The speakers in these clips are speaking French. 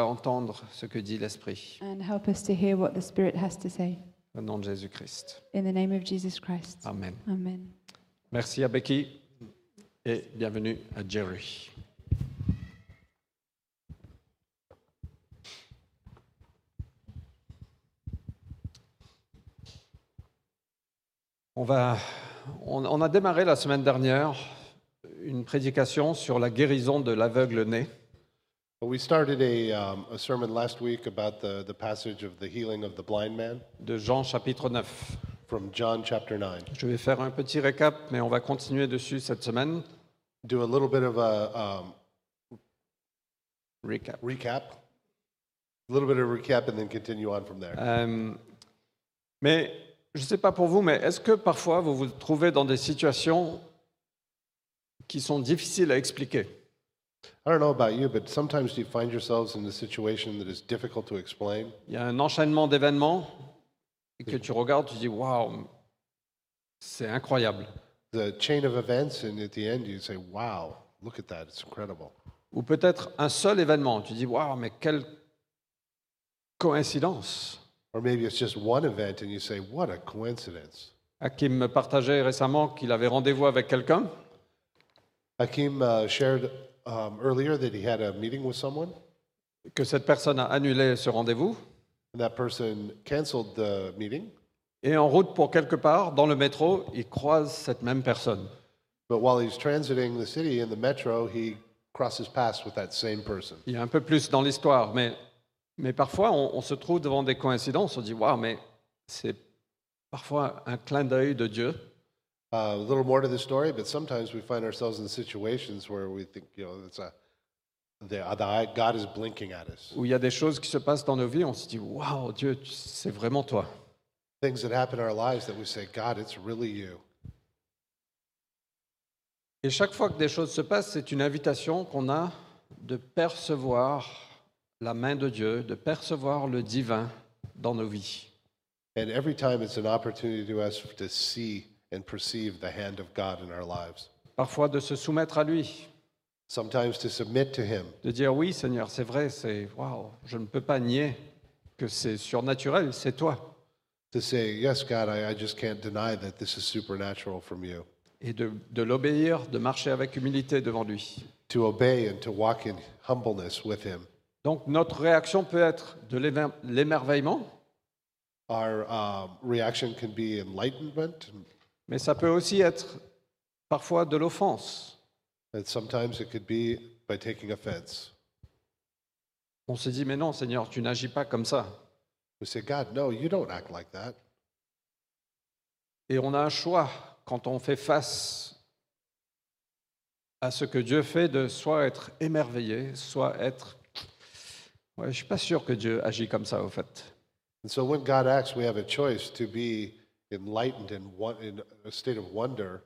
à entendre ce que dit l'Esprit, and help us to hear what the Spirit has to say. au nom de Jésus-Christ. In the name of Jesus Christ. Amen. Amen. Merci à Becky et bienvenue à Jerry. On, va, on, on a démarré la semaine dernière une prédication sur la guérison de l'aveugle-né. Well, we started a, um, a sermon last week about the, the passage of the healing of the blind man de Jean chapitre 9. from John chapter 9. Je vais faire un petit récap, mais on va continuer dessus cette semaine. Do a little bit of a um, Recap. recap, a little bit of recap, and then continue on from there. Euh, mais je ne sais pas pour vous, mais est-ce que parfois vous vous trouvez dans des situations qui sont difficiles à expliquer I don't know about you, but sometimes you find yourselves in a situation that is difficult to explain. Il y a un enchaînement d'événements et que tu regardes, tu dis waouh, c'est incroyable. The chain of events, and at the end, you say, wow, look at that, it's incredible. Ou peut-être un seul événement, tu dis waouh, mais quelle coïncidence. Or maybe it's just one event, and you say, what a coincidence. Hakim me partageait récemment qu'il avait rendez-vous avec quelqu'un Hakeem uh, shared um, earlier that he had a meeting with someone. que cette personne a annulé ce rendez-vous. And that person canceled the meeting. Et en route pour quelque part, dans le métro, il croise cette même personne. But while he's transiting the city in the metro, he crosses paths with that same person. Il y a un peu plus dans l'histoire, mais, mais parfois on, on se trouve devant des coïncidences. On dit Waouh, mais c'est parfois un clin d'œil de Dieu. Uh, a little more to the story, but sometimes we find ourselves in situations where we think, you know, it's a the, uh, the eye, God is blinking at us. Où il y a des choses qui se passent dans nos vies, on se dit Waouh, Dieu, tu- c'est vraiment toi. Things that happen in our lives that we say, God, it's really you. Et chaque fois que des choses se passent, c'est une invitation qu'on a de percevoir la main de Dieu, de percevoir le divin dans nos vies. And every time it's an opportunity to us to see and perceive the hand of God in our lives. Parfois de se soumettre à lui, Sometimes to submit to Him, de dire oui Seigneur, c'est vrai, c'est waouh, je ne peux pas nier que c'est surnaturel, c'est toi, to say, Yes, God, I, I just can't deny that this is supernatural from you. et de, de l'obéir, de marcher avec humilité devant lui. To obey and to walk in humbleness with Him. Donc notre réaction peut être de l'éver- l'émerveillement, our um, reaction can be enlightenment, mais ça peut aussi être parfois de l'offense. and sometimes it could be by taking offense. On se dit mais non Seigneur, tu n'agis pas comme ça, We say, God, no, you don't act like that. et on a un choix quand on fait face à ce que Dieu fait de soit être émerveillé, soit être ouais, je suis pas sûr que Dieu agit comme ça au fait. And so when God acts, we have a choice to be enlightened in, one, in a state of wonder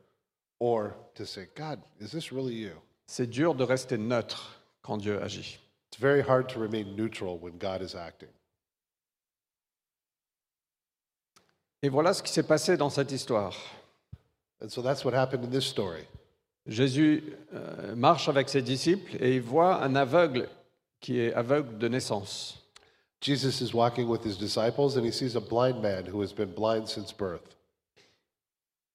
or to say, God, is this really you? C'est dur de rester neutre quand Dieu agit. It's very hard to remain neutral when God is acting. Et voilà ce qui s'est passé dans cette histoire. And so that's what happened in this story. Jésus euh, marche avec ses disciples et il voit un aveugle qui est aveugle de naissance. Jesus is walking with his disciples, and he sees a blind man who has been blind since birth.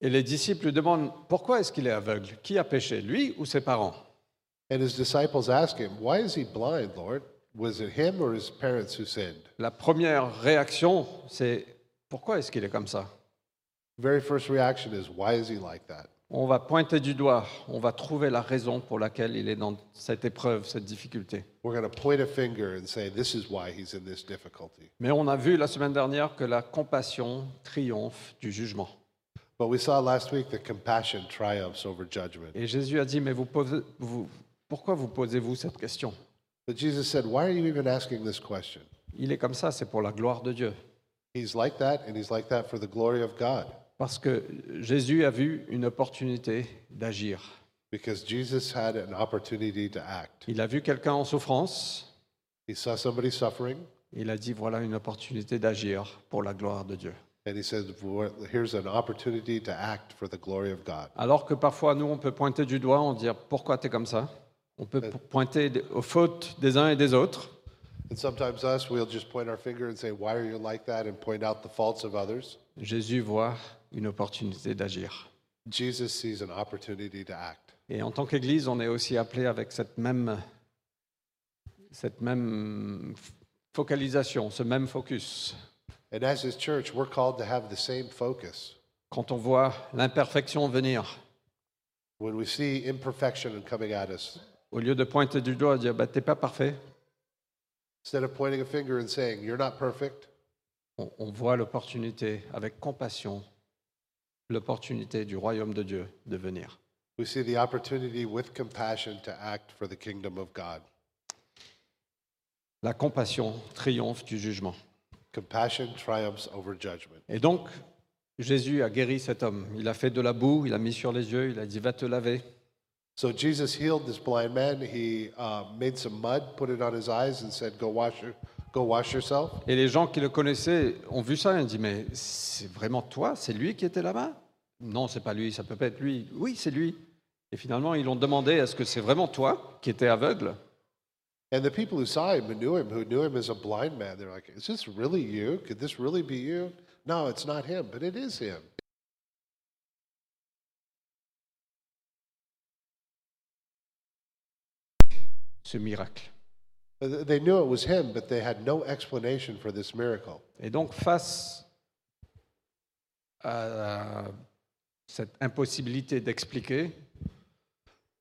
Et les disciples lui demandent pourquoi est-ce qu'il est aveugle Qui a péché, lui ou ses parents And his disciples ask him, Why is he blind, Lord? Was it him or his parents who sinned? La première réaction, c'est pourquoi est-ce qu'il est comme ça Very first reaction is, Why is he like that? On va pointer du doigt, on va trouver la raison pour laquelle il est dans cette épreuve, cette difficulté. We're going to point a finger and say, This is why he's in this difficulty. Mais on a vu la semaine dernière que la compassion triomphe du jugement. But we saw last week that compassion triumphs over judgment. Et Jésus a dit, mais vous posez- vous- pourquoi vous posez-vous cette question But Jesus said, Why are you even asking this question? Il est comme ça, c'est pour la gloire de Dieu. He's like that, and he's like that for the glory of God, Parce que Jésus a vu une opportunité d'agir. because Jesus had an opportunity to act. Il a vu quelqu'un en souffrance, He saw somebody suffering, il a dit, voilà une opportunité d'agir pour la gloire de Dieu. and he said, Here's an opportunity to act for the glory of God. Alors que parfois, nous, on peut pointer du doigt, on dit, pourquoi t'es comme ça On peut pointer aux fautes des uns et des autres. And sometimes us, we'll just point our finger and say, Why are you like that? and point out the faults of others. Jésus voit une opportunité d'agir. Jesus sees an opportunity to act. Et en tant qu'Église, on est aussi appelé avec cette même, cette même focalisation, ce même focus. And as his church, we're called to have the same focus. Quand on voit l'imperfection venir, When we see imperfection coming at us, au lieu de pointer du doigt et dire bah, T'es pas parfait, instead of pointing a finger and saying, You're not perfect, on, on voit l'opportunité, avec compassion, l'opportunité du royaume de Dieu de venir. we see the opportunity with compassion to act for the kingdom of God. La compassion triomphe du jugement. Compassion triumphs over judgment. Et donc, Jésus a guéri cet homme. Il a fait de la boue, il a mis sur les yeux, il a dit Va te laver. So Jesus healed this blind man. He uh, made some mud, put it on his eyes, and said, "Go wash, your, go wash yourself." Et les gens qui le connaissaient ont vu ça et ont dit Mais c'est vraiment toi C'est lui qui était là-bas Non, c'est pas lui, ça peut pas être lui. Oui, c'est lui. Et finalement, ils l'ont demandé Est-ce que c'est vraiment toi qui étais aveugle And the people who saw him and knew him, who knew him as a blind man, they're like, "Is this really you? Could this really be you?" No, it's not him, but it is him. Ce miracle. Th- They knew it was him, but they had no explanation for this miracle. Et donc, face à cette impossibilité d'expliquer,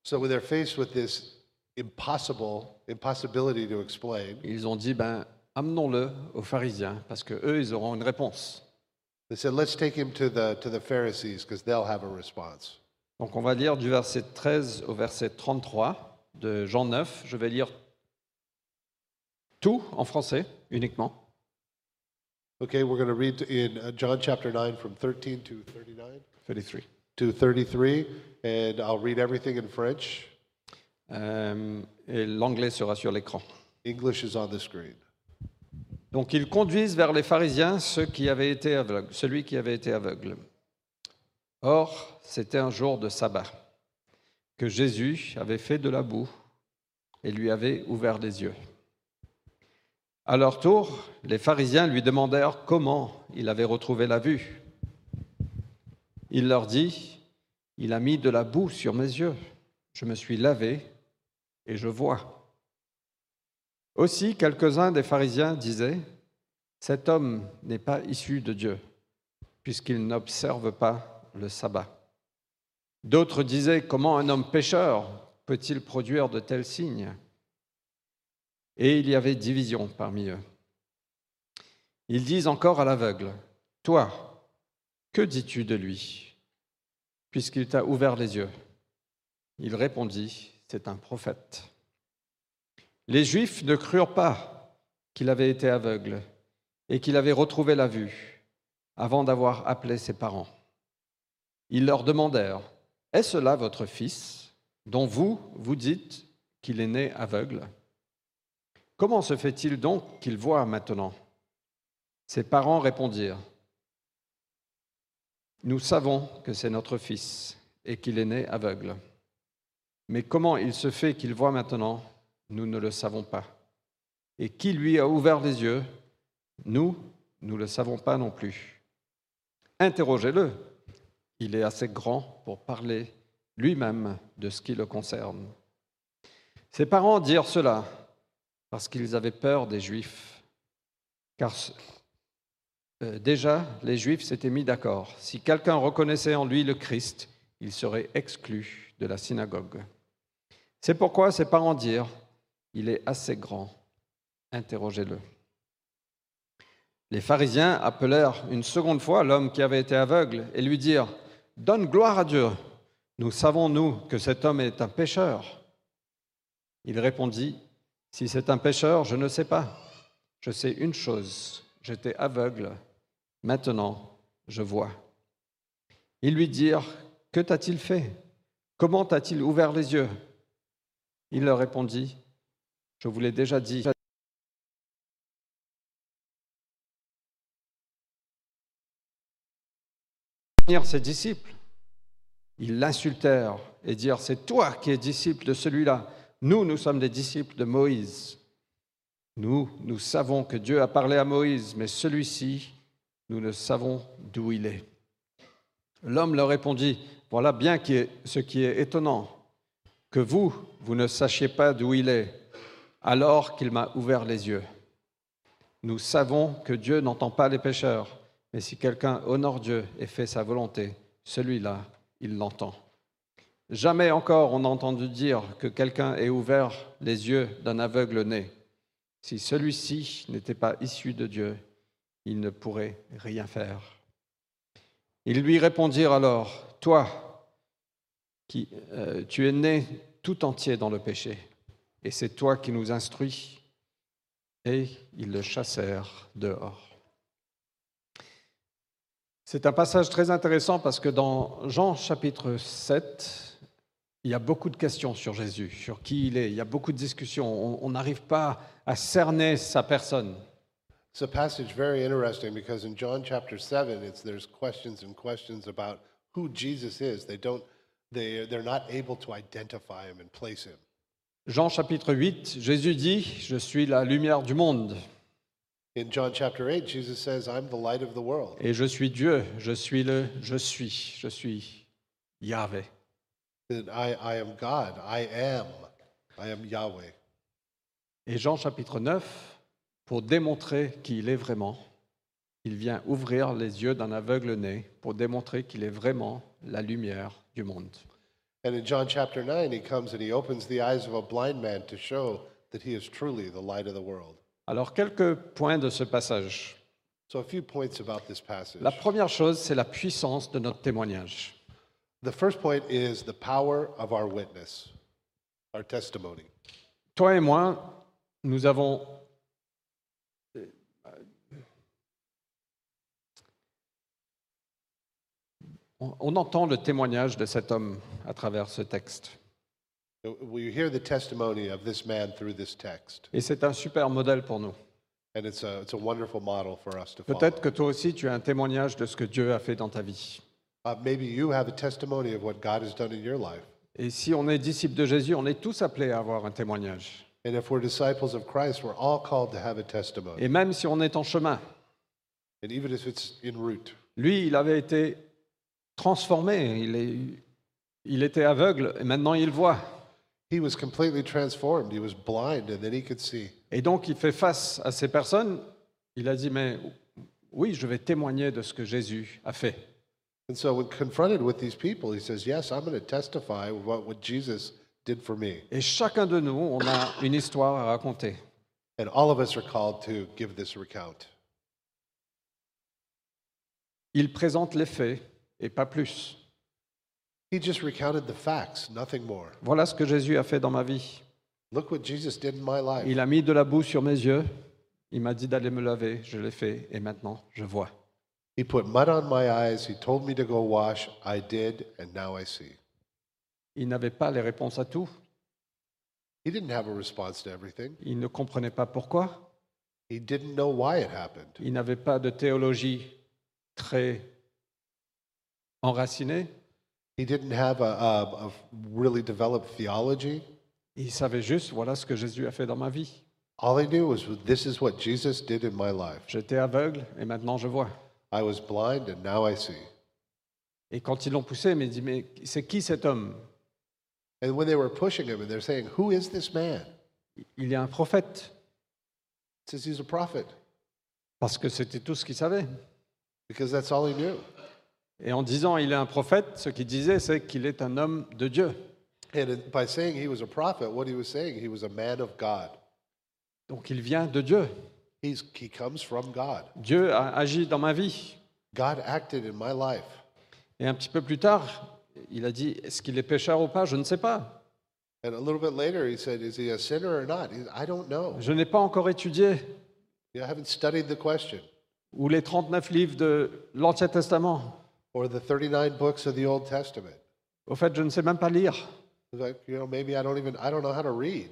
So when they're faced with this impossible impossibility to explain, ils ont dit Ben, amenons-le aux pharisiens, parce que eux, ils auront une réponse. they said, "Let's take him to the to the Pharisees because they'll have a response." Donc on va lire du verset 13 au verset 33 de Jean 9. Je vais lire tout en français uniquement. Okay, we're going to read in uh, John chapter 9 from 13 to 39 33. to 33, and I'll read everything in French. Euh, et l'anglais sera sur l'écran. English is on the screen. Donc ils conduisent vers les pharisiens ceux qui avaient été aveugles, celui qui avait été aveugle. Or, c'était un jour de sabbat que Jésus avait fait de la boue et lui avait ouvert les yeux. À leur tour, les pharisiens lui demandèrent comment il avait retrouvé la vue. Il leur dit, Il a mis de la boue sur mes yeux, je me suis lavé et je vois. Aussi, quelques-uns des pharisiens disaient, Cet homme n'est pas issu de Dieu, puisqu'il n'observe pas le sabbat. D'autres disaient, Comment un homme pécheur peut-il produire de tels signes Et il y avait division parmi eux. Ils disent encore à l'aveugle, Toi, que dis-tu de lui, puisqu'il t'a ouvert les yeux Il répondit, C'est un prophète. Les Juifs ne crurent pas qu'il avait été aveugle et qu'il avait retrouvé la vue avant d'avoir appelé ses parents. Ils leur demandèrent, Est-ce là votre fils dont vous, vous dites qu'il est né aveugle Comment se fait-il donc qu'il voit maintenant Ses parents répondirent, Nous savons que c'est notre fils et qu'il est né aveugle. Mais comment il se fait qu'il voit maintenant nous ne le savons pas. Et qui lui a ouvert les yeux Nous, nous ne le savons pas non plus. Interrogez-le. Il est assez grand pour parler lui-même de ce qui le concerne. Ses parents dirent cela parce qu'ils avaient peur des Juifs, car ce- euh, déjà les Juifs s'étaient mis d'accord. Si quelqu'un reconnaissait en lui le Christ, il serait exclu de la synagogue. C'est pourquoi ses parents dirent, il est assez grand. Interrogez-le. Les pharisiens appelèrent une seconde fois l'homme qui avait été aveugle et lui dirent Donne gloire à Dieu. Nous savons, nous, que cet homme est un pécheur. Il répondit Si c'est un pécheur, je ne sais pas. Je sais une chose j'étais aveugle. Maintenant, je vois. Ils lui dirent Que t'a-t-il fait Comment t'a-t-il ouvert les yeux Il leur répondit je vous l'ai déjà dit. Venir Ses disciples, ils l'insultèrent et dirent C'est toi qui es disciple de celui-là. Nous, nous sommes des disciples de Moïse. Nous, nous savons que Dieu a parlé à Moïse, mais celui-ci, nous ne savons d'où il est. L'homme leur répondit, voilà bien qui est- ce qui est étonnant, que vous, vous ne sachiez pas d'où il est, alors qu'il m'a ouvert les yeux. Nous savons que Dieu n'entend pas les pécheurs, mais si quelqu'un honore Dieu et fait sa volonté, celui-là, il l'entend. Jamais encore on n'a entendu dire que quelqu'un ait ouvert les yeux d'un aveugle né. Si celui-ci n'était pas issu de Dieu, il ne pourrait rien faire. Ils lui répondirent alors, Toi, qui, euh, tu es né tout entier dans le péché, et c'est toi qui nous instruis. Et ils le chassèrent dehors. C'est un passage très intéressant parce que dans Jean chapitre 7, il y a beaucoup de questions sur Jésus, sur qui il est. Il y a beaucoup de discussions. On- On n'arrive pas à cerner sa personne. It's a passage very interesting because in John chapter 7, it's, there's questions and questions about who Jesus is. They don't, they, they're not able to identify him and place him. Jean chapitre 8, Jésus dit, Je suis la lumière du monde, In John chapter 8, Jesus says, I'm the light of the world. et je suis Dieu, je suis le je suis, je suis Yahvé. And I, I am God. I am. I am Yahweh. Et Jean chapitre 9, pour démontrer qui il est vraiment, il vient ouvrir les yeux d'un aveugle né pour démontrer qu'il est vraiment la lumière du monde. And in John chapter 9, he comes and he opens the eyes of a blind man to show that he is truly the light of the world. Alors, quelques points de ce passage. So, a few points about this passage. La première chose, c'est la puissance de notre témoignage. The first point is the power of our witness, our testimony. Toi et moi, nous avons. On on entend le témoignage de cet homme à travers ce texte. We hear the testimony of this man through this text, Et c'est un super modèle pour nous. and it's a, it's a wonderful model for us to follow. Peut-être que toi aussi, tu as un témoignage de ce que Dieu a fait dans ta vie. Uh, maybe you have a testimony of what God has done in your life. Et si on est disciple de Jésus, on est tous appelés à avoir un témoignage. And if we're disciples of Christ, we're all called to have a testimony. Et même si on est en chemin, And even if it's en route, lui, il avait été transformé. Il, est- il était aveugle et maintenant il voit. he was completely transformed. He was blind, and then he could see. Et donc, il fait face à ces personnes. Il a dit, mais oui, je vais témoigner de ce que Jésus a fait. And so, when confronted with these people, he says, Yes, I'm going to testify about what Jesus did for me. Et chacun de nous, on a une histoire à raconter. And all of us are called to give this recount. Il présente les faits et pas plus. He just recounted the facts, nothing more. Voilà ce que Jésus a fait dans ma vie. Look what Jesus did in my life. Il a mis de la boue sur mes yeux. Il m'a dit d'aller me laver. Je l'ai fait et maintenant je vois. He put mud on my eyes. He told me to go wash. I did, and now I see. Il n'avait pas les réponses à tout. He didn't have a response to everything. Il ne comprenait pas pourquoi. He didn't know why it happened. Il n'avait pas de théologie très enracinée. He didn't have a, a, a really developed theology. Il savait juste, voilà ce que Jésus a fait dans ma vie. All he knew was this is what Jesus did in my life. J'étais aveugle et maintenant je vois. I was blind, and now I see. Et quand ils l'ont poussé, il m'a dit, mais c'est qui cet homme And when they were pushing him and they're saying, Who is this man? Il y a un prophète, He says, He's a prophet, parce que c'était tout ce qu'il savait. because that's all he knew. Et en disant, il est un prophète, ce qu'il disait, c'est qu'il est un homme de Dieu. And it- by saying he was a prophet, what he was saying, he was a man of God. Donc il vient de Dieu. He's, he comes from God. Dieu a agi dans ma vie. God acted in my life. Et un petit peu plus tard, il a dit, est-ce qu'il est pécheur ou pas Je ne sais pas. And a little bit later, he said, Is he a sinner or not? He- I don't know. Je n'ai pas encore étudié You know, I haven't studied the question ou les 39 livres de l'Ancien Testament. or the 39 books of the Old Testament. Au fait, je ne sais même pas lire. It's Like, you know, maybe I don't even, I don't know how to read.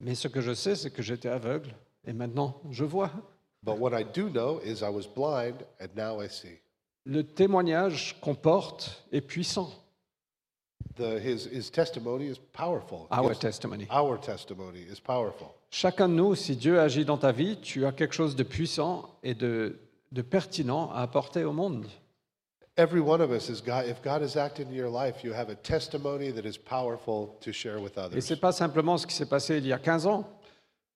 Mais ce que je sais, c'est que j'étais aveugle et maintenant je vois. But what I do know is I was blind and now I see. Le témoignage qu'on porte est puissant. The, his, his testimony is powerful. Our Yes, testimony. Our testimony is powerful. Chacun de nous, si Dieu agit dans ta vie, tu as quelque chose de puissant et de, de pertinent à apporter au monde. Every one of us is God. If God has acted in your life, you have a testimony that is powerful to share with Et others. ce n'est pas simplement ce qui s'est passé il y a 15 ans,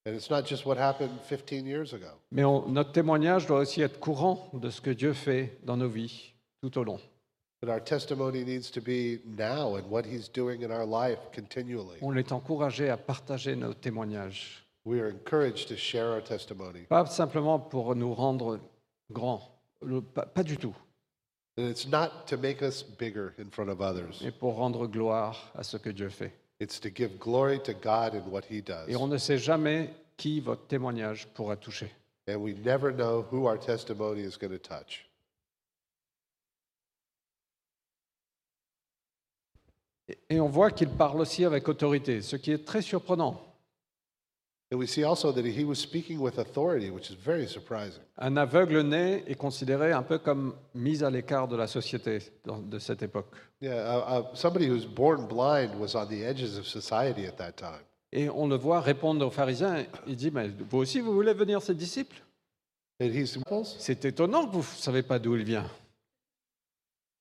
And it's not just what happened 15 years ago. mais on- notre témoignage doit aussi être courant de ce que Dieu fait dans nos vies tout au long. But our testimony needs to be now and what He's doing in our life continually. On est encouragé à partager nos témoignages, We are encouraged to share our testimony. pas simplement pour nous rendre grands, le- pas, pas du tout, And it's not to make us bigger in front of others, mais pour rendre gloire à ce que Dieu fait. it's to give glory to God in what He does. Et on ne sait jamais qui votre témoignage pourra toucher. And we never know who our testimony is going to touch. Et- Et on voit qu'il parle aussi avec autorité, ce qui est très surprenant. And we see also that He was speaking with authority, which is very surprising. Un aveugle né est considéré un peu comme mis à l'écart de la société dans- de cette époque. Yeah, uh, uh, somebody who's born blind was on the edges of society at that time. Et on le voit répondre aux pharisiens. Il dit, mais vous aussi, vous voulez venir ses disciples And he's, C'est étonnant que vous ne savez pas d'où il vient.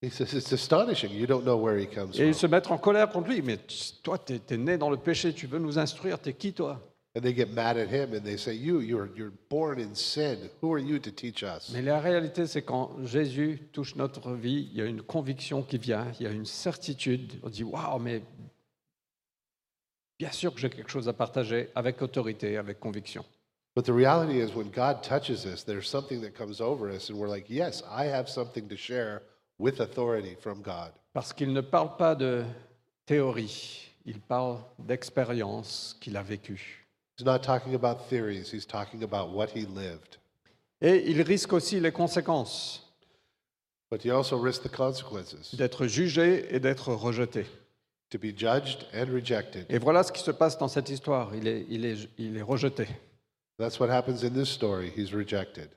he says, it's astonishing. You don't know where he comes Et from. ils se mettent en colère contre lui. Mais tu- toi, tu es, né dans le péché, tu veux nous instruire, t'es qui toi And they get mad at him and they say, You, you're, you're born in sin. Who are you to teach us? Mais la réalité, c'est quand Jésus touche notre vie, il y a une conviction qui vient, il y a une certitude. On dit, waouh, mais bien sûr que j'ai quelque chose à partager avec autorité, avec conviction. But the reality is, when God touches us, there's something that comes over us, and we're like, Yes, I have something to share with authority from God. Parce qu'il ne parle pas de théorie, il parle d'expérience qu'il a vécue. He's not talking about theories, he's talking about what he lived. Et il risque aussi les conséquences But you also risk the consequences d'être jugé et d'être rejeté. to be judged and rejected. Et voilà ce qui se passe dans cette histoire. Il est, il est, il est rejeté. That's what happens in this story. He's rejected.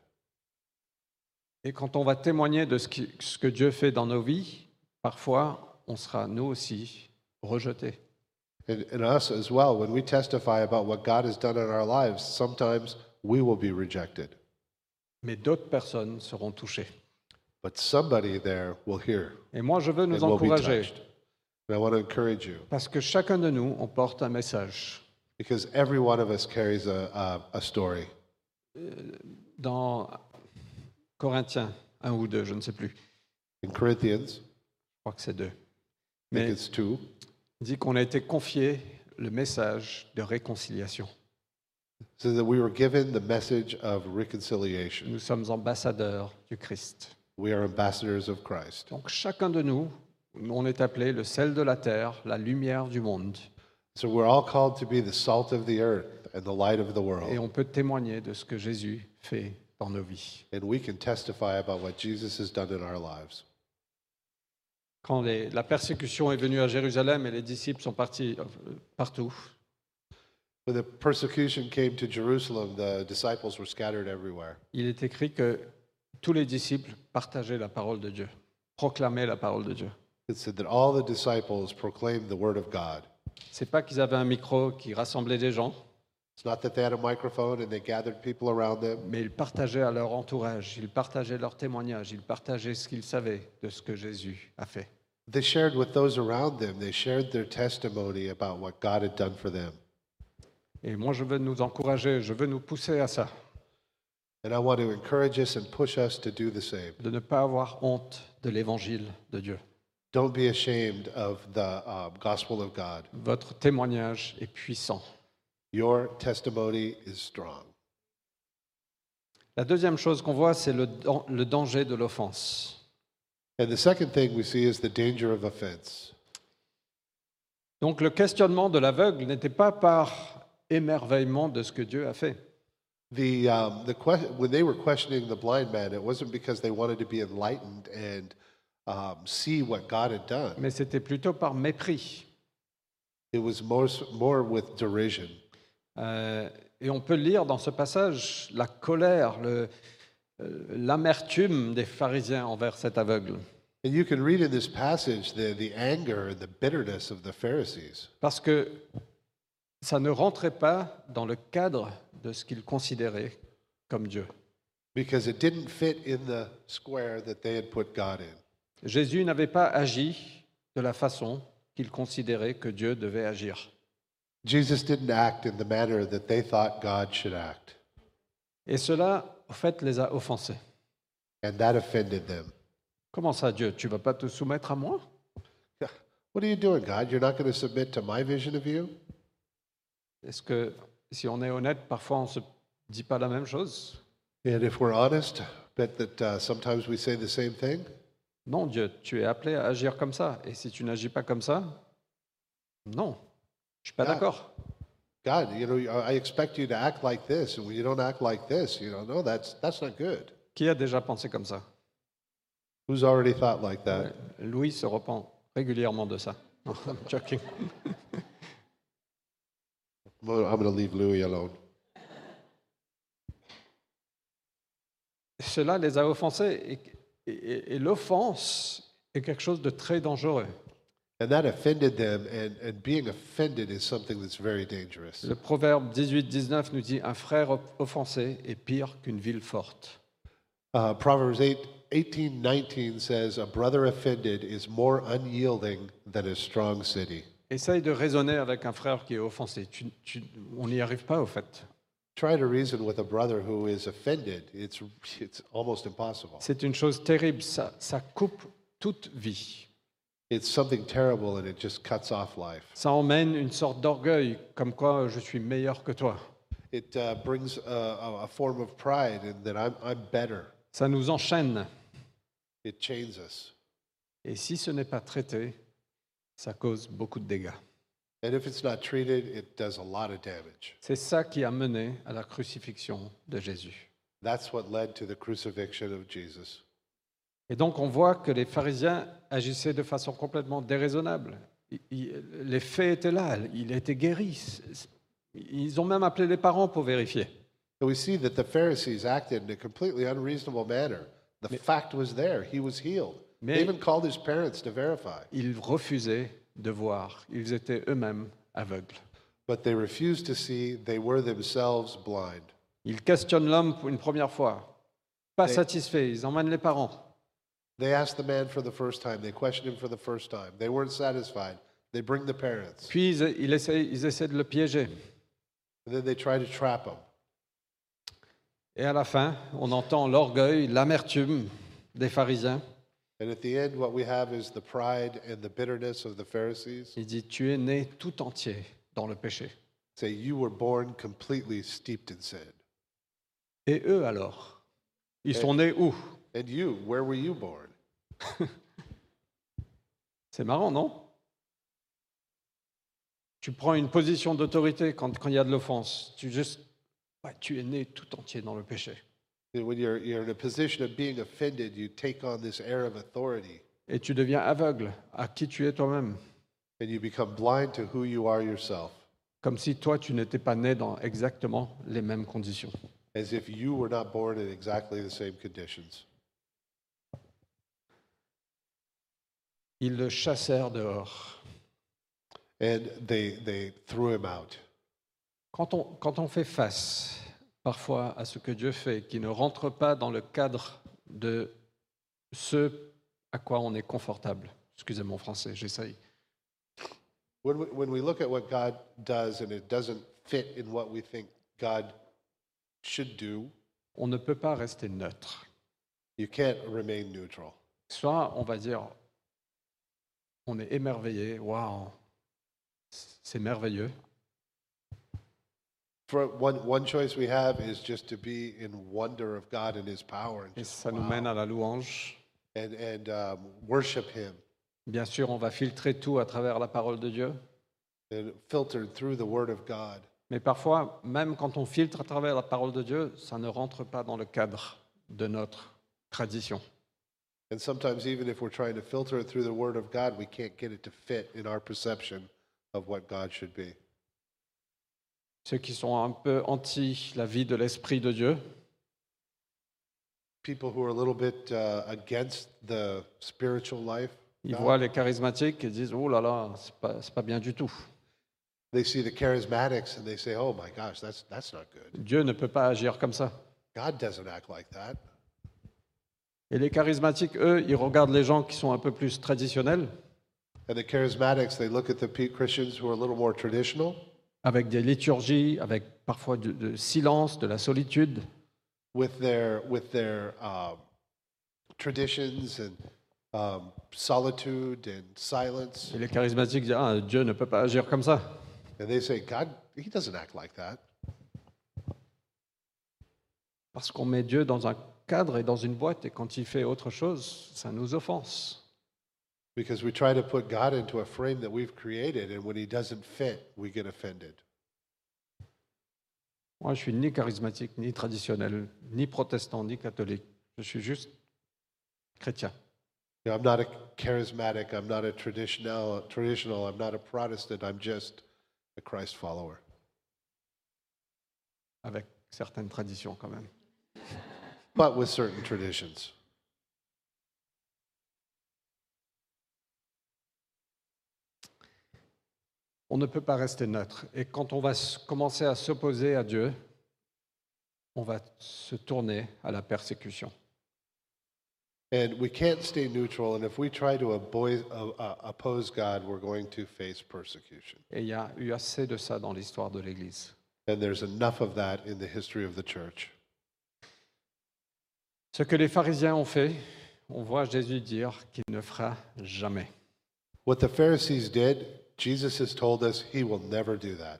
Et quand on va témoigner de ce, qui- ce que Dieu fait dans nos vies, parfois, on sera nous aussi rejetés. And, and us as well, when we testify about what God has done in our lives, sometimes we will be rejected. Mais d'autres personnes seront touchées. But somebody there will hear Et moi, je veux and nous will be encourager. touched. And I want to encourage you Parce que chacun de nous, on porte un message. because every one of us carries a, a, a story. dans Corinthiens 1 ou 2, je ne sais plus, je In Corinthians, crois que c'est 2. I think Mais it's two, il dit qu'on a été confié le message de réconciliation. says that we were given the message of reconciliation. Nous sommes ambassadeurs du Christ. We are ambassadors of Christ. Donc chacun de nous, on est appelé le sel de la terre, la lumière du monde. So we're all called to be the salt of the earth and the light of Et the world. on peut témoigner de ce que Jésus fait dans nos vies. And we can testify about what Jesus has done in our lives. Quand les- la persécution est venue à Jérusalem et les disciples sont partis euh, partout, When the persecution came to Jerusalem, the disciples were scattered everywhere. il est écrit que tous les disciples partageaient la parole de Dieu, proclamaient la parole de Dieu. It said that all the disciples proclaimed the word of God. C'est pas qu'ils avaient un micro qui rassemblait des gens, It's not that they had a microphone and they gathered people around them, mais ils partageaient à leur entourage, ils partageaient leurs témoignages, ils partageaient ce qu'ils savaient de ce que Jésus a fait. they shared with those around them. They shared their testimony about what God had done for them. Et moi, je veux nous encourager, je veux nous pousser à ça, And I want to encourage us and push us to do the same. de ne pas avoir honte de l'évangile de Dieu. Don't be ashamed of the um, gospel of God. Votre témoignage est puissant. Your testimony is strong. La deuxième chose qu'on voit, c'est le, dan- le danger de l'offense. And the second thing we see is the danger of offense. Donc le questionnement de l'aveugle n'était pas par émerveillement de ce que Dieu a fait. The, um, the que- when they were questioning the blind man, it wasn't because they wanted to be enlightened and um, see what God had done. mais c'était plutôt par mépris. It was more, more with derision. Euh, et on peut lire dans ce passage la colère, le- euh, l'amertume des pharisiens envers cet aveugle. And you can read in this passage the, the anger and the bitterness of the Pharisees Parce que ça ne rentrait pas dans le cadre de ce qu'ils considéraient comme Dieu. because it didn't fit in the square that they had put God in. Jésus n'avait pas agi de la façon qu'ils considéraient que Dieu devait agir. Jesus didn't act in the manner that they thought God should act, Et cela, au fait, les a offensés. and that offended them. Comment ça, Dieu Tu vas pas te soumettre à moi What are you doing, God? You're not going to submit to my vision of you? Est-ce que, si on est honnête, parfois on ne se dit pas la même chose And if we're honest, bet that uh, sometimes we say the same thing. Non, Dieu, tu es appelé à agir comme ça. Et si tu n'agis pas comme ça, non, je suis pas Ah. d'accord. God, you know, I expect you to act like this, and when you don't act like this, you know, no, that's that's not good. Qui a déjà pensé comme ça Who's already thought like that? Euh, Louis se repent régulièrement de ça. Non, I'm joking. Well, I'm going to leave Louis alone. Cela les a offensés. Et, et- et l'offense est quelque chose de très dangereux. And that offended them, and, and being offended is something that's very dangerous. Le proverbe 18-19 nous dit Un frère offensé est pire qu'une ville forte. Uh, Proverbs 8, 18, 19 says, A brother offended is more unyielding than a strong city. Essaye de raisonner avec un frère qui est offensé. Tu- tu- on n'y arrive pas, au fait. Try to reason with a brother who is offended. It's, it's almost impossible. C'est une chose terrible. Ça, ça coupe toute vie. It's something terrible, and it just cuts off life. Ça emmène une sorte d'orgueil, comme quoi je suis meilleur que toi. It uh, brings a, a a form of pride in that I'm, I'm better. Ça nous enchaîne. It chains us. Et si ce n'est pas traité, ça cause beaucoup de dégâts. And if it's not treated, it does a lot of damage. C'est ça qui a mené à la crucifixion de Jésus. That's what led to the crucifixion of Jesus. Et donc on voit que les pharisiens agissaient de façon complètement déraisonnable. I- i- Les faits étaient là, il était guéri. C- c- Ils ont même appelé les parents pour vérifier. And we see that the Pharisees acted in a completely unreasonable manner. The fact was there, he was healed. Mais- they even called his parents to verify, Ils refusaient de voir, ils étaient eux-mêmes aveugles. but they refused to see, they were themselves blind. Ils questionnent l'homme pour une première fois, pas satisfaits, ils emmènent les parents. They asked the man for the first time, they questioned him for the first time. They weren't satisfied. They bring the parents, Puis ils, ils essaient, ils essaient de le piéger. and then they try to trap him. Et à la fin, on entend l'orgueil, l'amertume des pharisiens. And at the end, what we have is the pride and the bitterness of the Pharisees. Il dit, tu es né tout entier dans le péché. Say, you were born completely steeped in sin. Et eux alors Ils sont nés où And you, where were you born? C'est marrant, non Tu prends une position d'autorité quand quand il y a de l'offense. Tu juste, ouais, tu es né tout entier dans le péché. That when you're, you're in a position of being offended, you take on this air of authority Et tu deviens aveugle à qui tu es toi-même. and you become blind to who you are yourself, Comme si toi, tu n'étais pas né dans exactement les mêmes conditions. as if you were not born in exactly the same conditions. Ils le chassèrent dehors. And they, they threw him out. Quand on, quand on fait face parfois à ce que Dieu fait, qui ne rentre pas dans le cadre de ce à quoi on est confortable, excusez mon français, j'essaye. When we, when we look at what God does and it doesn't fit in what we think God should do, on ne peut pas rester neutre. you can't remain neutral. Soit on va dire, on est émerveillé, waouh, c'est merveilleux, For one, one choice we have is just to be in wonder of God and his power and, et just, ça nous mène à la louange. and, and um, worship him Bien sûr, on va filtrer tout à travers la parole de Dieu, and filtered through the word of God. mais parfois, même quand on filtre à travers la parole de Dieu, ça ne rentre pas dans le cadre de notre tradition. And sometimes, even if we're trying to filter it through the Word of God, we can't get it to fit in our perception of what God should be. Ceux qui sont un peu anti la vie de l'Esprit de Dieu, People who are a little bit uh, against the spiritual life, ils God, voient les charismatiques et disent, oh là là, c'est pas, c'est pas bien du tout. They see the charismatics and they say, "Oh my gosh, that's that's not good. Dieu ne peut pas agir comme ça. God doesn't act like that." Et les charismatiques, eux, ils regardent les gens qui sont un peu plus traditionnels, And the charismatics, they look at the pe- Christians who are a little more traditional avec des liturgies, avec parfois du du silence, de la solitude. with their with their um, traditions and um, solitude and silence, Et les charismatiques disent Ah, Dieu ne peut pas agir comme ça. and they say, "God, He doesn't act like that." Parce qu'on met Dieu dans un cadre et dans une boîte, et quand il fait autre chose, ça nous offense. Because we try to put God into a frame that we've created, and when He doesn't fit, we get offended. Moi, je suis ni charismatique, ni traditionnel, ni protestant, ni catholique. Je suis juste chrétien. You know, I'm not a charismatic. I'm not a traditional. Traditional. I'm not a Protestant. I'm just a Christ follower. avec certaines traditions quand même. but with certain traditions. On ne peut pas rester neutre. Et quand on va s- commencer à s'opposer à Dieu, on va se tourner à la persécution. And we can't stay neutral. And if we try to avoid, uh, uh, oppose God, we're going to face persecution. Et il y a eu assez de ça dans l'histoire de l'Église. And there's enough of that in the history of the church. Ce que les pharisiens ont fait, on voit Jésus dire qu'il ne fera jamais. What the Pharisees did, Jesus has told us he will never do that.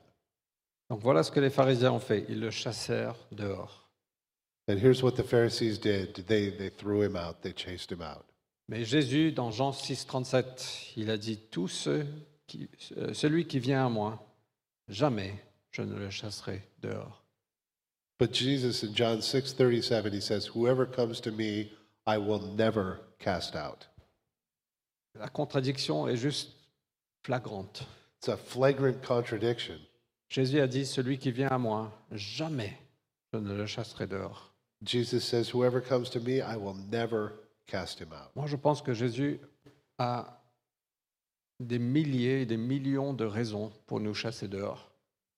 Donc voilà ce que les pharisiens ont fait. Ils le chassèrent dehors. And here's what the Pharisees did they, they threw him out, they chased him out. Mais Jésus, dans Jean 6, 37, il a dit Tout ceux qui- euh, celui qui vient à moi, jamais je ne le chasserai dehors. But Jesus in John 6 37, he says, Whoever comes to me, I will never cast out. La contradiction est juste flagrante. It's a flagrant contradiction. Jésus a dit, celui qui vient à moi, jamais je ne le chasserai dehors. Jesus says, Whoever comes to me, I will never cast him out. Moi, je pense que Jésus a des milliers et des millions de raisons pour nous chasser dehors.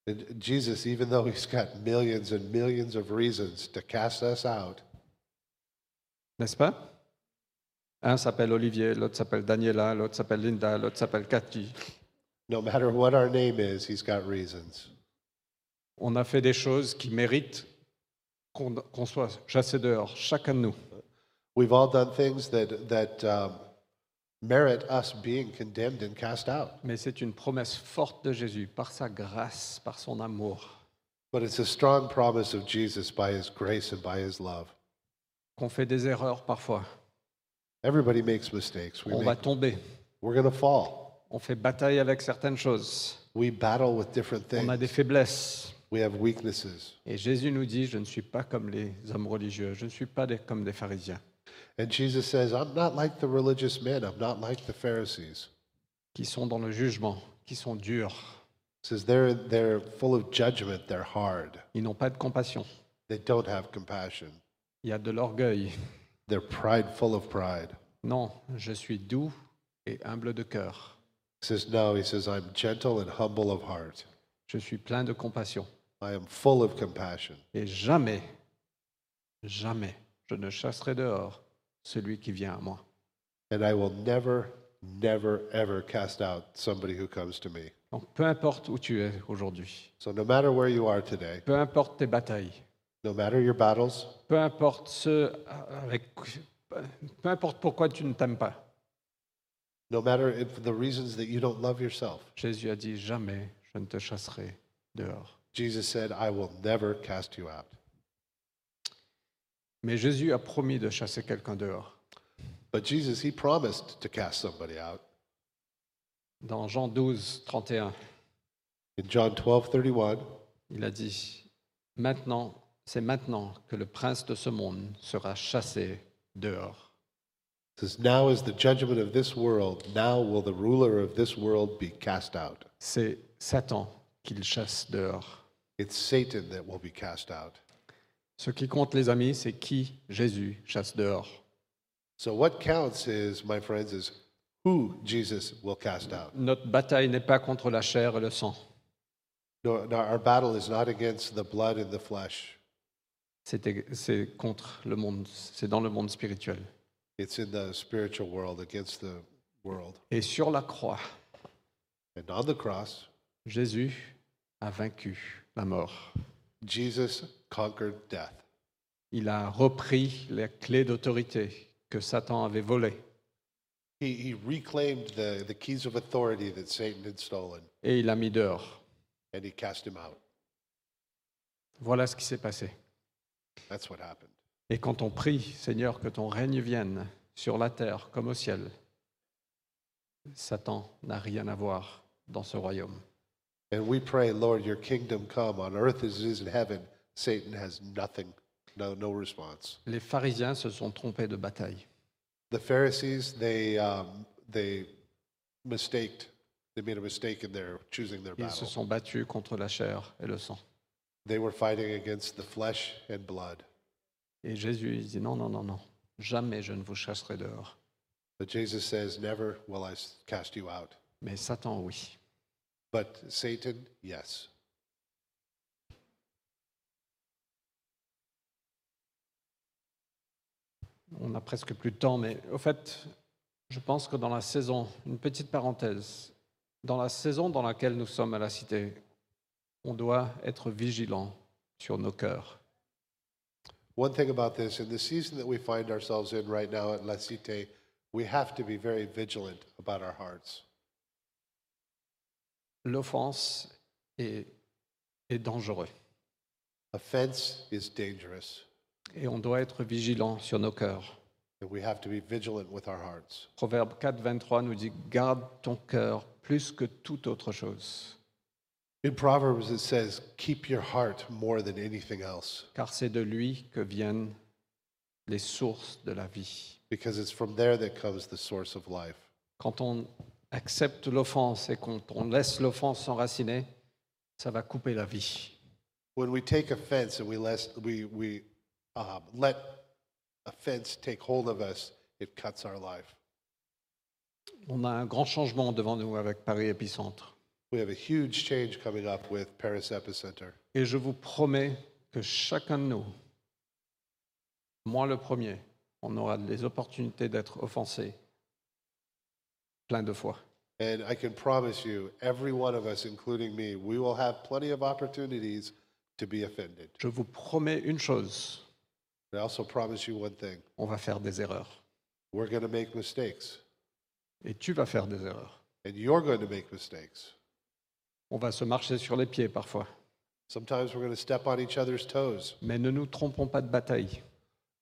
And Jesus, even though he's got millions and millions of reasons to cast us out, N'est-ce pas Un s'appelle Olivier, l'autre s'appelle Daniela, l'autre s'appelle Linda, l'autre s'appelle Cathy. no matter what our name is, he's got reasons. On a fait des choses qui méritent qu'on qu'on soit chassé dehors, chacun de nous. We've all done things that, that um, merit us being condemned and cast out. Mais c'est une promesse forte de Jésus, par sa grâce, par son amour. But it's a strong promise of Jesus by his grace and by his love. qu'on fait des erreurs parfois. Everybody makes mistakes. We On va make, tomber. we're going to fall. On fait bataille avec certaines choses. We battle with different On a des things. faiblesses. We have weaknesses. Et Jésus nous dit, je ne suis pas comme les hommes religieux, je ne suis pas des- comme des pharisiens, And Jesus says, I'm not like the religious men. I'm not like the Pharisees. qui sont dans le jugement, qui sont durs. He says they're, they're full of judgment. They're hard. Ils n'ont pas de compassion. They don't have compassion. Il y a de l'orgueil. They're pride full of pride. Non, je suis doux et humble de cœur. He says, no, he says, I'm gentle and humble of heart. Je suis plein de compassion. I am full of compassion. Et jamais, jamais, je ne chasserai dehors celui qui vient à moi. And I will never, never, ever cast out somebody who comes to me. Donc peu importe où tu es aujourd'hui, So no matter where you are today, peu importe tes batailles, no matter your battles, Peu importe ce avec, peu importe pourquoi tu ne t'aimes pas. no matter if the reasons that you don't love yourself, Jésus a dit jamais je ne te chasserai dehors. Jesus said, I will never cast you out. Mais Jésus a promis de chasser quelqu'un dehors. But Jesus, he promised to cast somebody out. Dans Jean 12, 31, In John 12, 31, il a dit Maintenant, c'est maintenant que le prince de ce monde sera chassé dehors. It says, Now is the judgment of this world. Now will the ruler of this world be cast out. C'est Satan qu'il chasse dehors. It's Satan that will be cast out. Ce qui compte, les amis, c'est qui Jésus chasse dehors. So, what counts is, my friends, is who Jesus will cast out. Notre bataille n'est pas contre la chair et le sang. No, no, our battle is not against the blood and the flesh. C'est ég- c'est contre le monde, c'est dans le monde spirituel. It's in the spiritual world, against the world. Et sur la croix, And on the cross, Jésus a vaincu la mort. Jesus conquered death. Il a repris les clés d'autorité que Satan avait volées He, he reclaimed the, the keys of authority that Satan had stolen et il a mis dehors. and he cast him out. Voilà ce qui s'est passé. That's what happened. Et quand on prie, Seigneur, que ton règne vienne sur la terre comme au ciel, Satan n'a rien à voir dans ce royaume. And we pray, Lord, your kingdom come on earth as it is in heaven. Satan has nothing, no, no response. Les pharisiens se sont trompés de bataille. The Pharisees, they, um, they mistaked, they made a mistake in their choosing their Ils se battle. sont battus contre la chair et le sang. They were fighting against the flesh and blood. Et Jésus il dit non, non, non, non, jamais je ne vous chasserai dehors. But Jesus says, Never will I s- cast you out. Mais Satan, oui. But Satan, yes. On n'a presque plus de temps, mais au fait, je pense que dans la saison, une petite parenthèse, dans la saison dans laquelle nous sommes à la cité, on doit être vigilant sur nos cœurs. One thing about this, in the season that we find ourselves in right now at La Cité, we have to be very vigilant about our hearts. L'offense est, est dangereuse Offense is dangerous, et on doit être vigilant sur nos cœurs. and we have to be vigilant with our hearts. Proverbe 4, 23 nous dit Garde ton cœur plus que toute autre chose, In Proverbs, it says, Keep your heart more than anything else, car c'est de lui que viennent les sources de la vie. because it's from there that comes the source of life. Quand on accepte l'offense et qu'on on laisse l'offense s'enraciner, ça va couper la vie. When we take offense and we, less, we, we um, let offense take hold of us, it cuts our life. On a un grand changement devant nous avec Paris Épicentre. We have a huge change coming up with Paris Epicenter. Et je vous promets que chacun de nous, moi le premier, on aura les opportunités d'être offensé plein de fois. And I can promise you, every one of us, including me, we will have plenty of opportunities to be offended. Je vous promets une chose, I also promise you one thing on va faire des erreurs. we're going to make mistakes, Et tu vas faire des erreurs. and you're going to make mistakes. On va se marcher sur les pieds parfois. Sometimes we're going to step on each other's toes, Mais ne nous trompons pas de bataille.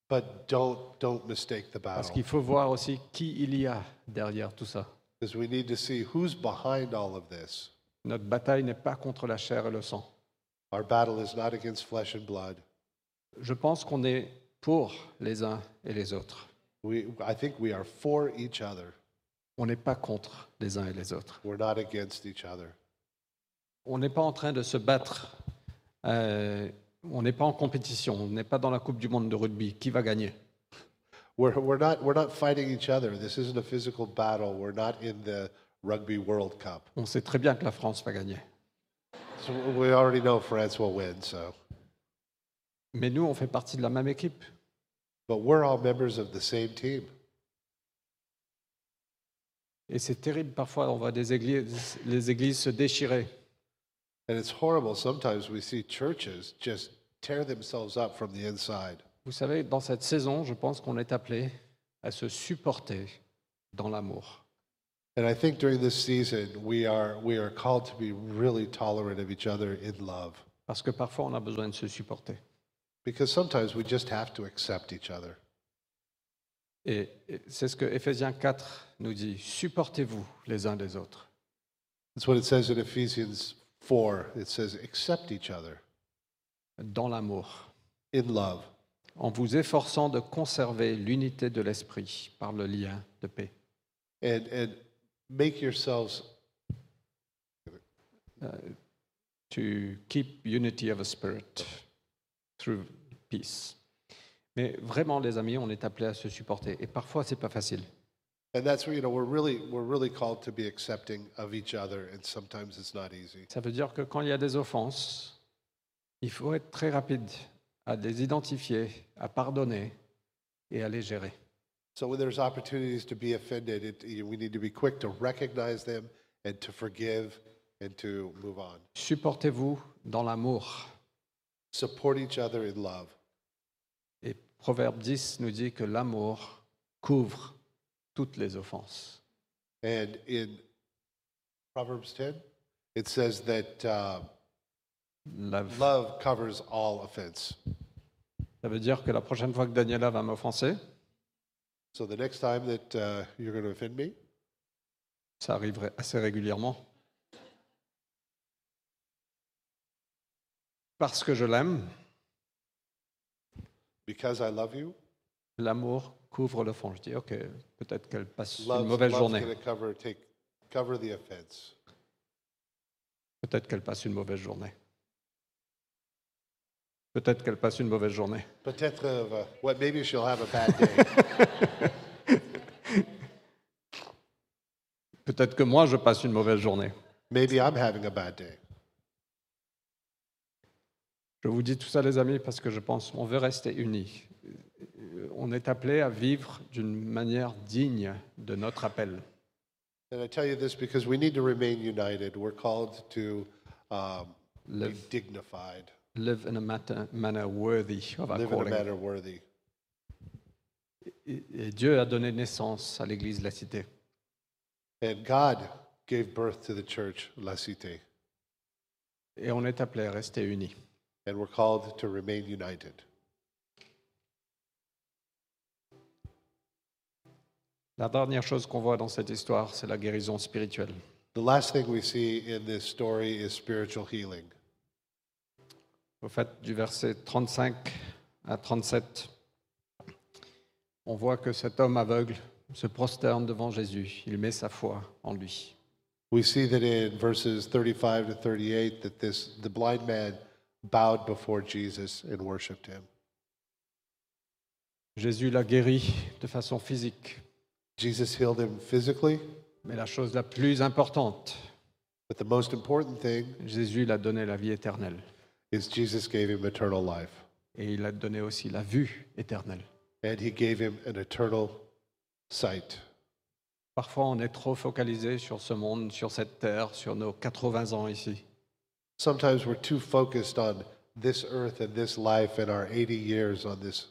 but don't, don't mistake the Parce qu'il battle. faut voir aussi qui il y a derrière tout ça. Because we need to see who's behind all of this. Notre bataille n'est pas contre la chair et le sang. Our battle is not against flesh and blood. Je pense qu'on est pour les uns et les autres. We, I think we are for each other. On n'est pas contre les uns et les autres. We're not against each other. On n'est pas en train de se battre. euh, on n'est pas en compétition. On n'est pas dans la Coupe du Monde de rugby. Qui va gagner We're, we're, not, we're not fighting each other. This isn't a physical battle. We're not in the Rugby World Cup. On sait très bien que la France va gagner. So we already know France will win, so. Mais nous, on fait partie de la même équipe. But we're all members of the same team. Et c'est terrible. Parfois, on voit des églises, les églises se déchirer. And it's horrible. Sometimes we see churches just tear themselves up from the inside. Vous savez, dans cette saison, je pense qu'on est appelé à se supporter dans l'amour. And I think during this season, we are, we are called to be really tolerant of each other in love. Parce que parfois, on a besoin de se supporter. Because sometimes we just have to accept each other. Et et c'est ce que Éphésiens 4 nous dit, supportez-vous les uns des autres. That's what it says in Ephesians 4. It says, accept each other dans l'amour, in love. en vous efforçant de conserver l'unité de l'esprit par le lien de paix. and and make yourselves To keep unity of a spirit through peace. Mais vraiment, les amis, on est appelés à se supporter. Et parfois, c'est pas facile. And that's where you know we're really we're really called to be accepting of each other, and sometimes it's not easy. Ça veut dire que quand il y a des offenses, il faut être très rapide à les identifier, à pardonner et à les gérer. So when there's opportunities to be offended, it, you- we need to be quick to recognize them and to forgive and to move on. Supportez-vous dans l'amour. Support each other in love. Et Proverbe 10 nous dit que l'amour couvre toutes les offenses. And in Proverbs 10, it says that uh, Love. love covers all offense. Ça veut dire que la prochaine fois que Daniela va m'offenser, So the next time that uh, you're going to offend me, ça arriverait assez régulièrement. Parce que je l'aime, because I love you, l'amour couvre l'offense. Je dis, ok, peut-être qu'elle passe une love's, mauvaise journée. going to cover take cover the offense. Peut-être qu'elle passe une mauvaise journée. Peut-être qu'elle passe une mauvaise journée. Peut-être, euh, well, maybe she'll have a bad day. Peut-être que moi, je passe une mauvaise journée. maybe I'm having a bad day. Je vous dis tout ça, les amis, parce que je pense qu'on veut rester unis. Euh, On est appelé à vivre d'une manière digne de notre appel. And I tell you this because we need to remain united. We're called to um, be Live. dignified, Live in a matter- manner worthy of our live in a calling. manner worthy. Et et Dieu a donné naissance à l'Église de la Cité. And God gave birth to the church, La Cité, Et on est appelé à rester unis. and we're called to remain united. La dernière chose qu'on voit dans cette histoire, c'est la guérison spirituelle. The last thing we see in this story is spiritual healing. Au fait, du verset 35 à 37, on voit que cet homme aveugle se prosterne devant Jésus. Il met sa foi en lui. We see that in verses 35 to 38 that this the blind man bowed before Jesus and worshiped him. Jésus l'a guéri de façon physique. Jesus healed him physically, Mais la chose la plus importante, but the most important thing Jésus l'a donné la vie éternelle. is Jesus gave him eternal life. Et il a donné aussi la vue éternelle. and he gave him an eternal sight. Parfois, on est trop focalisé sur ce monde, sur cette terre, sur nos 80 ans ici. Sometimes we're too focused on this earth and this life and our 80 years on this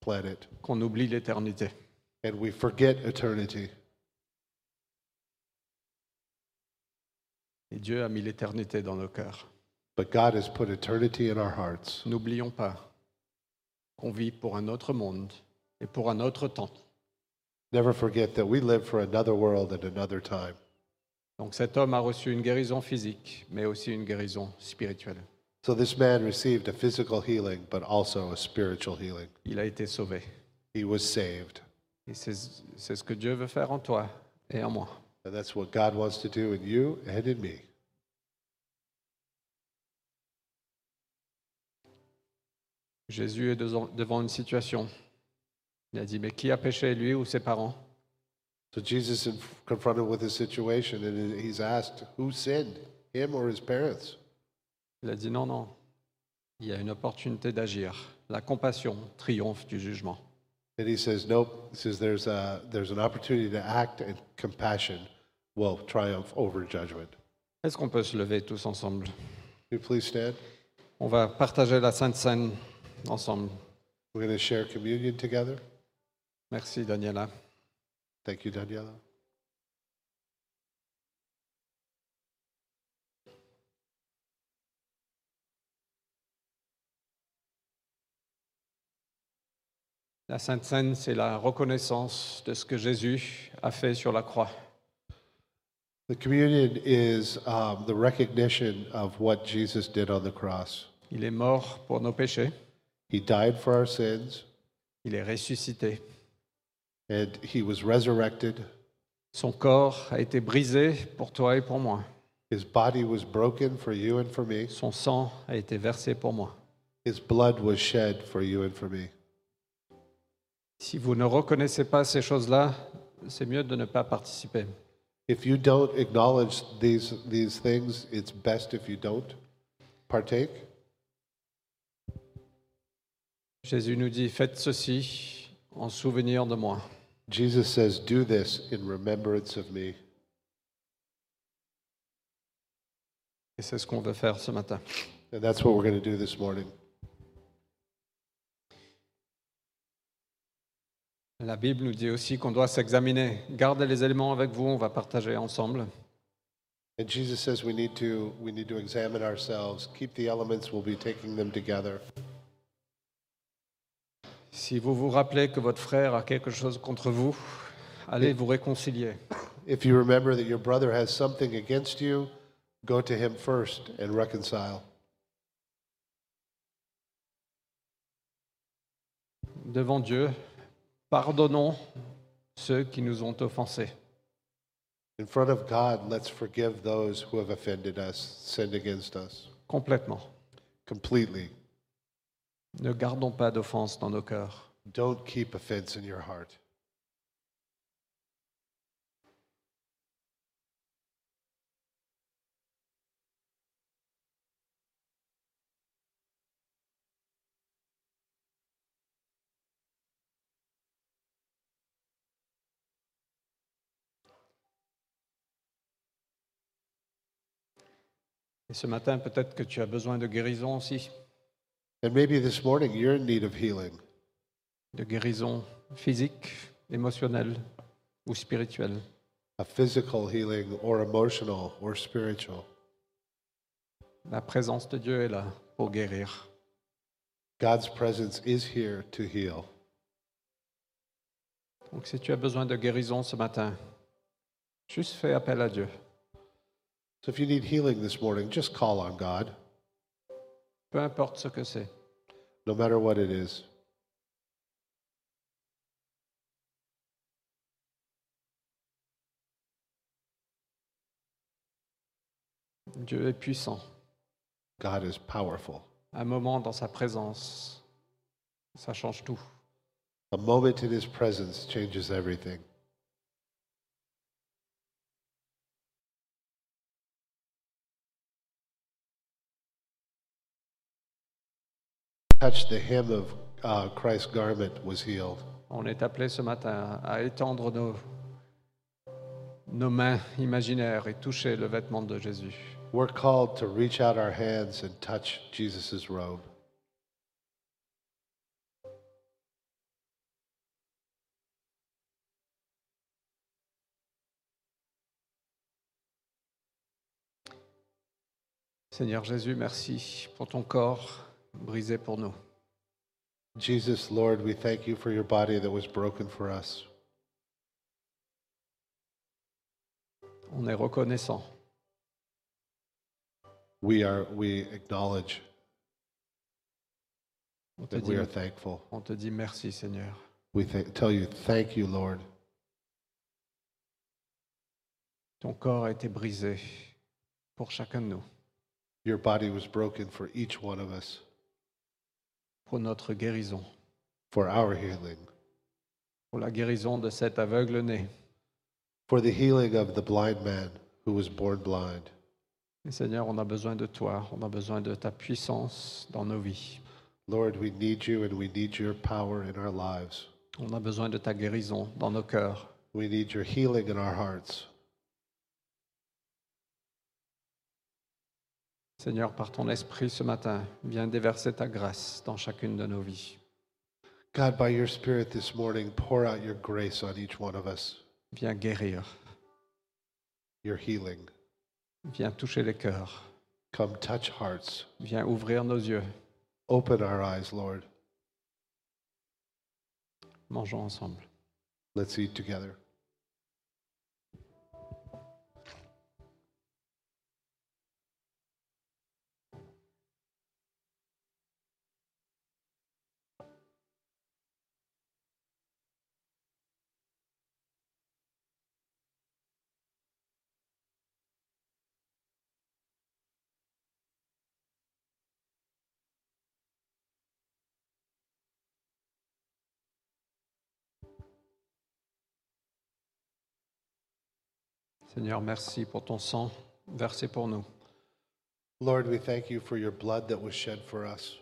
planet, qu'on oublie l'éternité. and we forget eternity. Et Dieu a mis l'éternité dans nos cœurs. But God has put eternity in our hearts. N'oublions pas qu'on vit pour un autre monde et pour un autre temps. Never forget that we live for another world and another time. Donc cet homme a reçu une guérison physique, mais aussi une guérison spirituelle. So this man received a physical healing, but also a spiritual healing. Il a été sauvé. He was saved. Et c'est c'est ce que Dieu veut faire en toi et en moi. And that's what God wants to do in you and in me. Jésus est devant devant une situation. Il a dit, mais qui a péché, lui ou ses parents So Jesus is confronted with his situation, and he's asked, Who sinned, him or his parents? Il a dit, non, non, il y a une opportunité d'agir. La compassion triomphe du jugement. And he says, nope. He says, there's, a, there's an opportunity to act, and compassion will triumph over judgment. Est-ce qu'on peut se lever tous ensemble Will you please stand? On va partager la Sainte Seine ensemble. We're going to share communion together. Merci Daniela. Thank you, Daniela. La Sainte Seine, c'est la reconnaissance de ce que Jésus a fait sur la croix. The communion is um, the recognition of what Jesus did on the cross. Il est mort pour nos péchés, He died for our sins, il est ressuscité. and he was resurrected. Son corps a été brisé pour toi et pour moi. His body was broken for you and for me. Son sang a été versé pour moi. His blood was shed for you and for me. Si vous ne reconnaissez pas ces choses-là, c'est mieux de ne pas participer. If you don't acknowledge these, these things, it's best if you don't partake. Jésus nous dit, faites ceci en souvenir de moi. Jesus says, Do this in remembrance of me. Et c'est ce qu'on veut faire ce matin. And that's what we're going to do this morning. La Bible nous dit aussi qu'on doit s'examiner. Gardez les éléments avec vous, on va partager ensemble. And Jesus says we need to we need to examine ourselves, keep the elements, we'll be taking them together. Si vous vous rappelez que votre frère a quelque chose contre vous, allez vous réconcilier. If you remember that your brother has something against you, go to him first and reconcile. Devant Dieu, pardonnons ceux qui nous ont offensés. In front of God, let's forgive those who have offended us, sinned against us Complètement. completely. Ne gardons pas d'offense dans nos cœurs. Don't keep offense in your heart. Et ce matin, peut-être que tu as besoin de guérison aussi, And maybe this morning you're in need of healing, de guérison physique, émotionnelle ou spirituelle. a physical healing or emotional or spiritual. La présence de Dieu est là pour guérir. God's presence is here to heal. Donc si tu as besoin de guérison ce matin, juste fais appel à Dieu. So if you need healing this morning, just call on God, Peu importe ce que c'est. no matter what it is. Dieu est puissant. God is powerful. Un moment dans sa présence, ça change tout. A moment in his presence changes everything. Touch the hem of uh, Christ's garment was healed. On est appelé ce matin à étendre nos, nos mains imaginaires et toucher le vêtement de Jésus. We're called to reach out our hands and touch Jesus' robe. Seigneur Jésus, merci pour ton corps brisé pour nous. Jesus, Lord, we thank you for your body that was broken for us. On est reconnaissant. We are we acknowledge On te that we dit, are thankful. on te dit merci Seigneur. We th- tell you, thank you, Lord. Ton corps a été brisé pour chacun de nous, Your body was broken for each one of us, pour notre guérison, for our healing, pour la guérison de cet aveugle né. for the healing of the blind man who was born blind. Et Seigneur, on a besoin de toi, on a besoin de ta puissance dans nos vies. Lord, we need you and we need your power in our lives. On a besoin de ta guérison dans nos cœurs. We need your healing in our hearts. Seigneur, par ton esprit ce matin, viens déverser ta grâce dans chacune de nos vies. God, by your Spirit this morning, pour out your grace on each one of us, Viens guérir, your healing. viens toucher les cœurs, Come touch hearts. viens ouvrir nos yeux. Open our eyes, Lord. Mangeons ensemble. Let's eat together. Seigneur, merci pour ton sang versé pour nous, Lord, we thank you for your blood that was shed for us,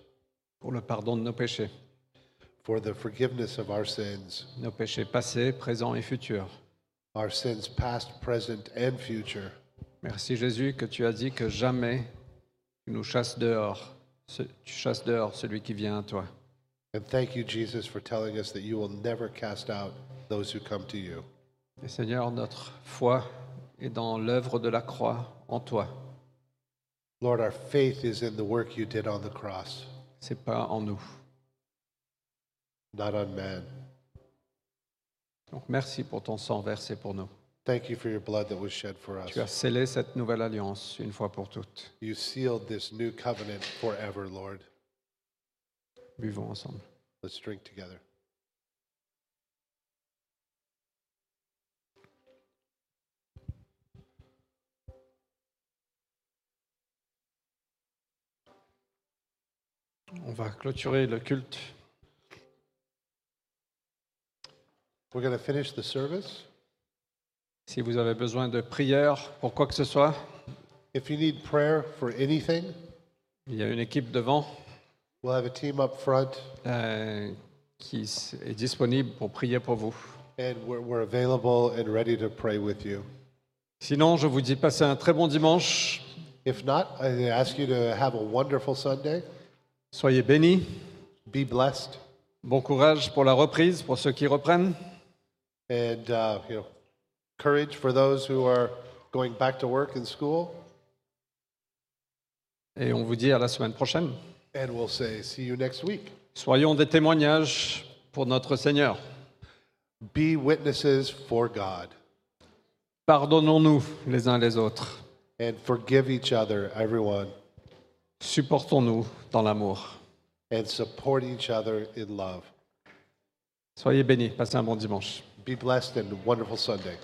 pour le pardon de nos péchés, for the forgiveness of our sins, nos péchés passés, présents et futurs. our sins past, present, and future. Merci Jésus que tu as dit que jamais tu nous chasses dehors, ce- tu chasses dehors celui qui vient à toi. And thank you, Jesus, for telling us that you will never cast out those who come to you. Et Seigneur, notre foi est dans l'œuvre de la croix en toi. Lord, our faith is in the work you did on the cross, C'est pas en nous. not on man. Donc merci pour ton sang versé pour nous. Thank you for your blood that was shed for us. Tu as scellé cette nouvelle alliance une fois pour toutes. You sealed this new covenant forever, Lord. Buvons ensemble. Let's drink together. On va clôturer le culte We're going to finish the service. Si vous avez besoin de prière pour quoi que ce soit, If you need prayer for anything, il y a une équipe devant we'll have a team up front euh, qui s- est disponible pour prier pour vous. and we're, we're available and ready to pray with you. Sinon, je vous dis passez un très bon dimanche. If not, I ask you to have a wonderful Sunday. Soyez bénis. Be blessed. Bon courage pour la reprise, pour ceux qui reprennent. and uh, you know, courage for those who are going back to work and school. Et on vous dit à la semaine prochaine. And we'll say, see you next week. Soyons des témoignages pour notre Seigneur. Be witnesses for God Pardonnons-nous les uns les autres. and forgive each other, everyone, Supportons-nous dans l'amour. and support each other in love. Soyez bénis. Passez un bon dimanche. Be blessed and wonderful Sunday.